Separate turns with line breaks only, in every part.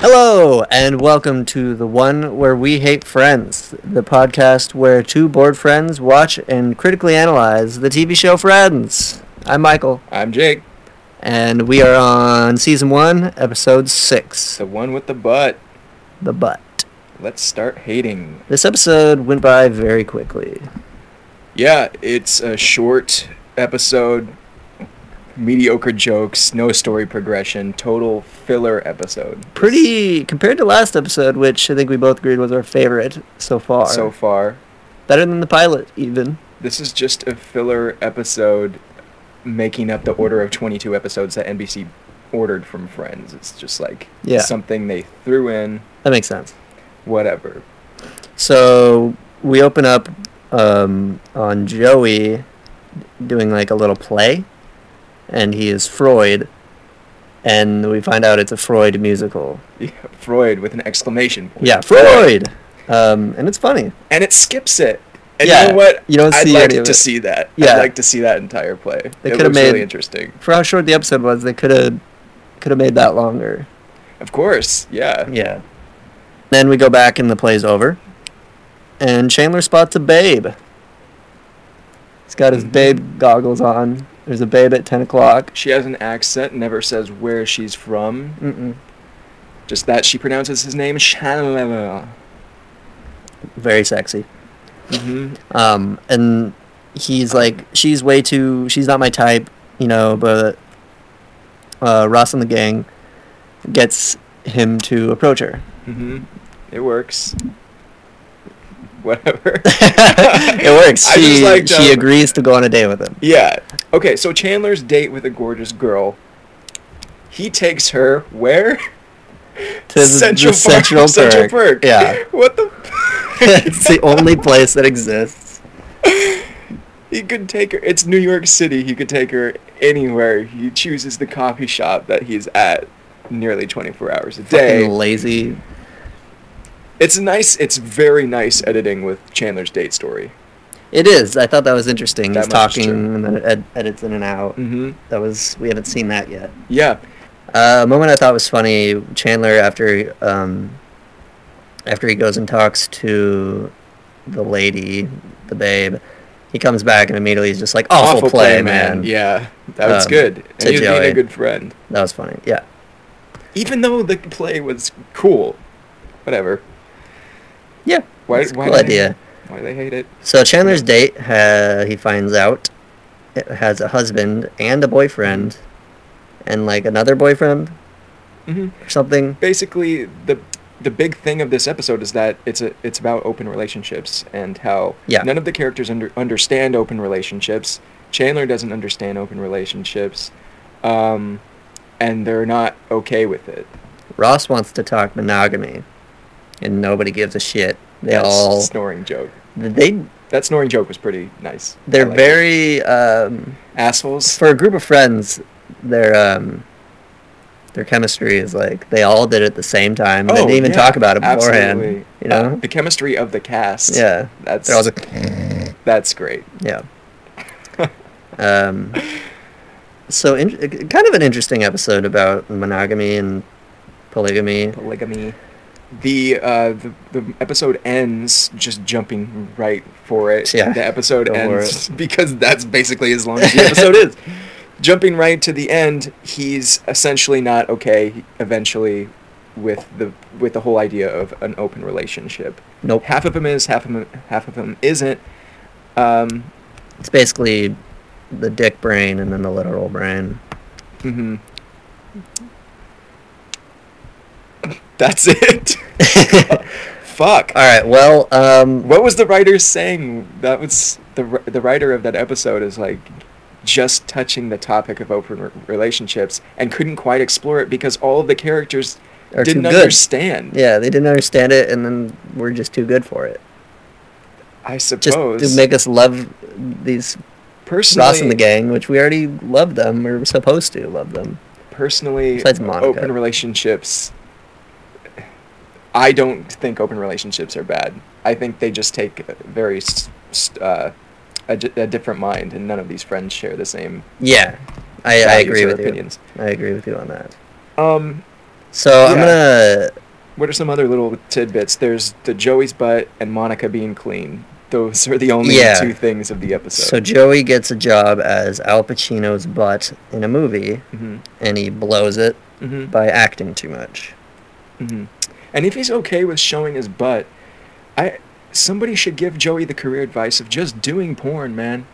Hello, and welcome to the one where we hate friends, the podcast where two bored friends watch and critically analyze the TV show Friends. I'm Michael,
I'm Jake,
and we are on season one, episode six
the one with the butt.
The Butt.
Let's start hating.
This episode went by very quickly.
Yeah, it's a short episode, mediocre jokes, no story progression, total filler episode.
Pretty, compared to last episode, which I think we both agreed was our favorite so far.
so far.
Better than the pilot, even.
This is just a filler episode making up the order of 22 episodes that NBC ordered from Friends. It's just like
Yeah.
something they threw in,
That makes sense.
whatever.
So we open up um, on Joey doing like a little play, and he is Freud, and we find out it's a Freud musical.
Yeah, Freud with an exclamation point.
Yeah, Freud, um, and it's funny.
And it skips it. And
Yeah,
you know what?
you don't
I'd
see
like
any of
to
it.
see that.
Yeah.
I'd like to see that entire play.
They
it
coulda
looks really
made-
interesting.
For how short the episode was, they could have could have made that longer.
Of course, yeah.
Yeah. Then we go back and the play's over, and Chandler spots a babe. He's got his babe goggles on. There's a babe at ten o'clock.
She has an accent, never says where she's from.
Mm-mm.
Just that she pronounces his name Chandler.
Very sexy.
hmm
um, and he's like, she's way too, she's not my type, you know. But uh, Ross and the gang gets him to approach her.
hmm It works. Whatever.
it works.
I
She
just um, like
she
to-
agrees to go on a date with him.
Yeah. Okay, so Chandler's date with a gorgeous girl. He takes her where?
To the- the Central Perk.
Central Perk.
Yeah,
What the?
it's the only place that exists.
He could take her. It's New York City. He could take her anywhere. He chooses the coffee shop that he's at nearly 24 hours a
Fucking
day.
lazy.
It's nice. It's very nice editing with Chandler's date story.
It is. I thought that was interesting.
That
He's
much is
talking
true.
and then it ed- edits in and out.
Mm-hmm.
That was we haven't seen that yet.
Yeah.
Uh, a moment I thought was funny. Chandler after um, after he goes and talks to the lady, the babe, he comes back and immediately he's just like awful, play, man.
Yeah. That was
Um,
good.
to
And he's being
Joey.
a good friend.
That was funny. Yeah,
Even though the play was cool. Whatever.
yeah.
Why,
that's a
why
cool
they-
idea.
Why they hate it?
So Chandler's date, uh, he finds out, it has a husband and a boyfriend, and like another boyfriend
hmm
or something.
Basically, the the big thing of this episode is that it's a it's about open relationships and how
Yeah.
none of the characters under, understand open relationships. Chandler doesn't understand open relationships, um, and they're not okay with it.
Ross wants to talk monogamy, and nobody gives a shit. They
That's
all
snoring joke.
they
That snoring joke was pretty nice. I
They're
liked it.
very um,
assholes.
for a group of friends. Their um, their chemistry is like they all did it at the same time. they
Oh,
didn't even
yeah,
talk about it beforehand.
absolutely. Uh,
You know?
the chemistry of the cast.
yeah.
that's
They're all like,
that's great.
yeah. um, so in, uh, kind of an interesting episode about monogamy and polygamy.
polygamy. The, uh, the the episode ends just jumping right for it.
Yeah,
The episode
go for
ends because that's basically as long as the episode is. Jumping right to the end, he's essentially not okay eventually with the with the whole idea of an open relationship.
Nope.
Half of him is, half of him half of him isn't. Um,
It's basically the dick brain and then the literal brain.
hmm That's it. Fuck.
All right. Well, um,
what was the writer saying? That was the wr- the writer of that episode is like just touching the topic of open re- relationships and couldn't quite explore it because all of the characters
Are too
didn't
good.
understand.
yeah, they didn't understand it, and then we're just too good for it.
I
just
suppose.
to make us love these
Oh, personally,
Ross and the gang, which we already love them. We're supposed to love them.
personally,
Besides Monica.
open relationships. I don't think open relationships are bad. I think they just take a very s- s- uh, a, di- a different mind, and none of these friends share the same
Yeah, I, I
values
agree
or
with
opinions.
you. I agree with you on that.
Um,
So I'm
Yeah.
gonna
What are some other little tidbits? There's the Joey's butt and Monica being clean. Those are the only
Yeah.
two things of the
So
episode.
Joey gets a job as Al Pacino's butt in a movie,
hmm
and he blows it
hmm
by acting too much.
hmm And if he's okay with showing his butt, I somebody should give Joey the career advice of just doing porn, man.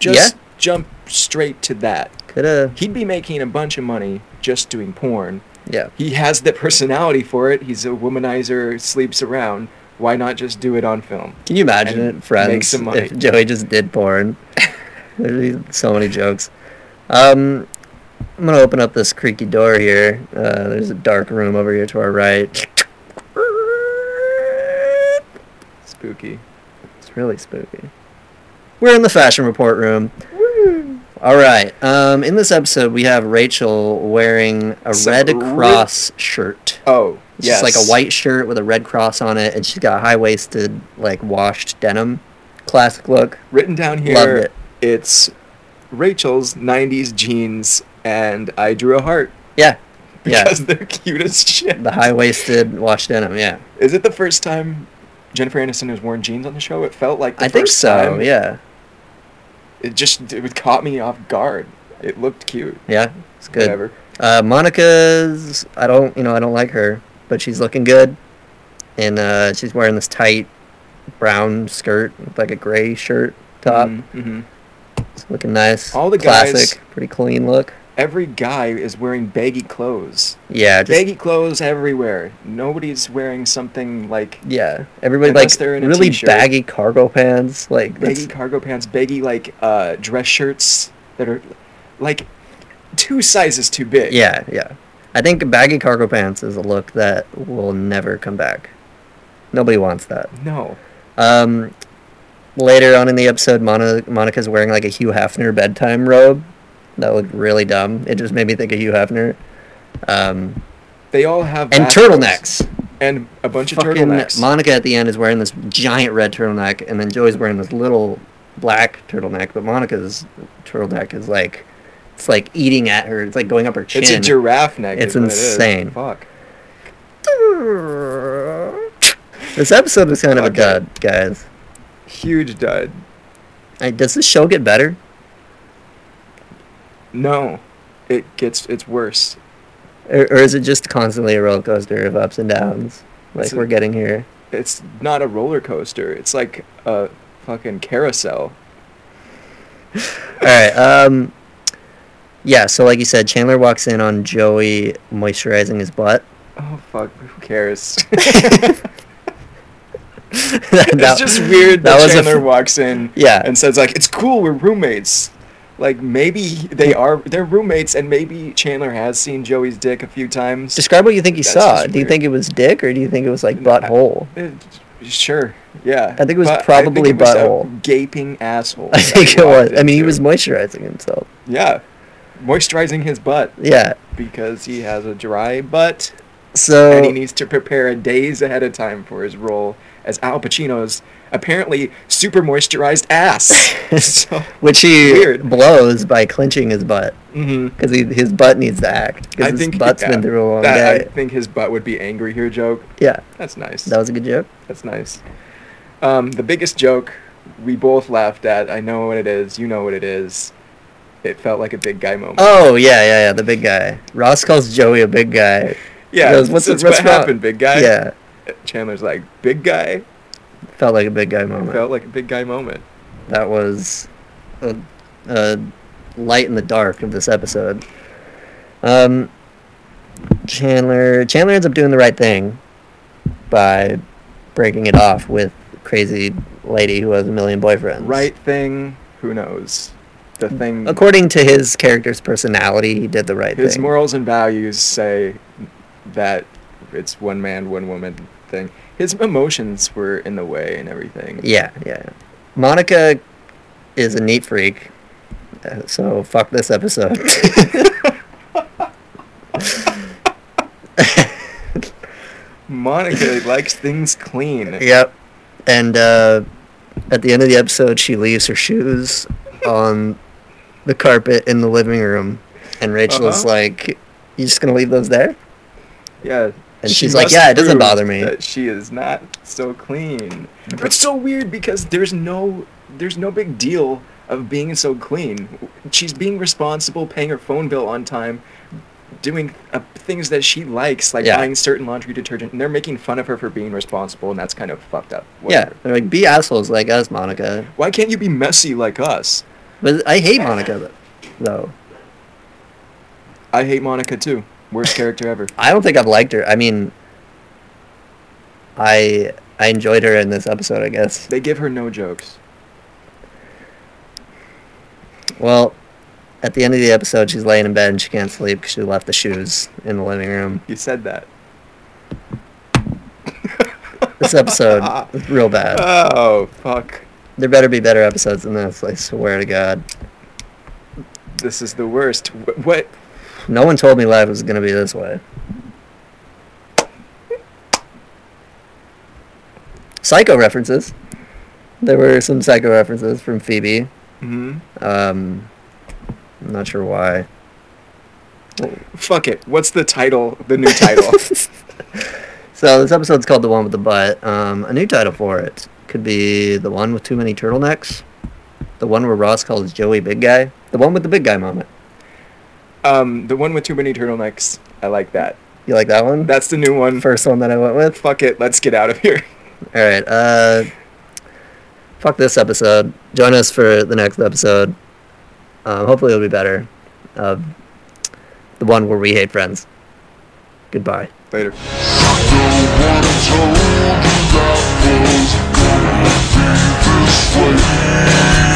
Just
Yeah.
jump straight to that.
Coulda,
He'd be making a bunch of money just doing porn.
yeah,
He has the personality for it. He's a womanizer, sleeps around. Why not just do it on film?
Can you imagine
And
it, friends?
make some money.
If Joey just did porn. There'd be so many jokes. Um, I'm gonna open up this creaky door here. Uh, there's a dark room over here to our right.
Spooky.
It's really spooky. We're in the fashion report room. All right. Um, in this episode, we have Rachel wearing a
Some
red
re-
cross shirt.
Oh,
It's
yes.
just like a white shirt with a red cross on it, and she's got high waisted, like washed denim, classic look.
written down here.
Loved it.
It's Rachel's 90s jeans, and I drew a heart
Yeah, yeah.
because they're cute as shit.
The high waisted washed denim. Yeah,
Is it the first time Jennifer Aniston has worn jeans on the show? It felt like the
I think
first
so.
time.
Yeah,
It just it caught me off guard. It looked cute.
yeah. It's good.
Whatever.
Uh, Monica's. I don't. You know, I don't like her, but she's looking good, and uh, she's wearing this tight brown skirt with like a gray shirt top.
Mm-hmm.
It's looking nice.
All the guys-
classic, pretty clean look.
Every guy is wearing baggy clothes.
Yeah, just
baggy clothes everywhere. Nobody's wearing something like
yeah. Everybody
Unless
like
they're in a
really
t-shirt.
baggy cargo pants. Like
baggy
that's,
cargo pants, baggy like uh, dress shirts that are like two sizes too big.
yeah, yeah. I think baggy cargo pants is a look that will never come back. Nobody wants that.
No.
Um, later on in the episode, Mona, Monica's wearing like a Hugh Hefner bedtime robe. That looked really dumb. It just made me think of Hugh Hefner. Um,
They all have
and
bathrobes.
turtlenecks.
and a bunch of
Fucking
turtlenecks.
Monica at the end is wearing this giant red turtleneck, and then Joey's wearing this little black turtleneck. But Monica's turtleneck is like, it's like eating at her. It's like going up her chin.
It's a giraffe neck.
It's
is what it is.
insane.
Fuck.
this episode was kind of
Okay.
a dud, guys.
Huge dud.
I, does this show get better?
No, it gets it's worse.
Or, or is it just constantly a roller coaster of ups and downs, like
It's a-
we're getting here?
It's not a roller coaster. It's like a fucking carousel.
All right. Um, yeah. So, like you said, Chandler walks in on Joey moisturizing his butt.
Oh fuck! Who cares?
That-
it's just weird that,
that was a
Chandler
f-
walks in
Yeah.
and says like, "It's cool, we're roommates." Like maybe they are they're roommates, and maybe Chandler has seen Joey's dick a few times.
Describe what you think you
That's
saw.
just
Do you
weird.
think it was dick or do you think it was like
No, I-
butthole?
Uh, Sure. Yeah.
I think it was
But I
probably
it was a
butthole.
gaping asshole.
I
that
think
he
it
walked
was. I mean, he
into.
was moisturizing himself.
Yeah. Moisturizing his butt
Yeah.
because he has a dry butt and he
So
needs to prepare a days ahead of time for his role as Al Pacino's apparently super moisturized ass. so,
which he
Weird.
blows by clenching his butt
mm-hmm.
because his butt needs to act because his butt's been through a long
that,
day.
I think his butt would be angry here joke.
yeah,
That's nice.
that was a good joke.
That's nice. Um, the biggest joke we both laughed at. I know what it is. You know what it is. It felt like a big guy moment.
Oh yeah, yeah, yeah. The big guy. Ross calls Joey a big guy.
yeah,
he goes, "What's-
what's, what's,
what's
what
wrong?"
happened, big guy?
yeah,
Chandler's like, big guy.
felt like a big guy
It
moment.
felt like a big guy moment.
that was a, a light in the dark of this episode. Um, Chandler Chandler ends up doing the right thing by breaking it off with crazy lady who has a million boyfriends.
Right thing. Who knows? The
Mm,
thing.
According to his character's personality, he did the right
his
thing.
morals and values say that it's one man, one woman thing. His emotions were in the way and everything.
Yeah, yeah. Monica is a neat freak, uh, so fuck this episode.
Monica likes things clean.
Yep. And uh, at the end of the episode, she leaves her shoes on the carpet in the living room, and Rachel's
Uh-huh.
like, "You just gonna leave those there?"
Yeah.
And
she
she's like,
must
"Yeah, it doesn't
prove
bother me."
That she is not so clean. But it's so weird because there's no there's no big deal of being so clean. She's being responsible, paying her phone bill on time, doing uh, things that she likes, like
Yeah.
buying certain laundry detergent, and they're making fun of her for being responsible, and that's kind of fucked up.
Yeah,
Whatever.
they're like be assholes like us, Monica.
Why can't you be messy like us?
But I hate Monica though.
I hate Monica too. Worst character ever.
I don't think I've liked her. I mean, I I enjoyed her in this episode, I guess.
They give her no jokes.
Well, at the end of the episode, she's laying in bed and she can't sleep because she left the shoes in the living room.
You said that.
This episode was real bad.
Oh fuck.
There better be better episodes than this. I swear to God.
This is the worst. Wh- What?
No one told me life was gonna be this way. Psycho references. There were some psycho references from Phoebe.
hmm
Um, I'm not sure why.
Fuck it. What's the title? The new title.
So this episode's called "The One with the Butt." Um, a new title for it could be "The One with Too Many Turtlenecks," the one where Ross calls Joey Big Guy, the one with the big guy moment.
um, the one with too many turtlenecks. I like that.
You like that one?
That's the new one.
first one that I went with.
Fuck it. Let's get out of here.
All right. Uh, fuck this episode. Join us for the next episode. Um, hopefully, it'll be better. Uh, the one where we hate friends. Goodbye.
Later.
told you that was gonna be this way.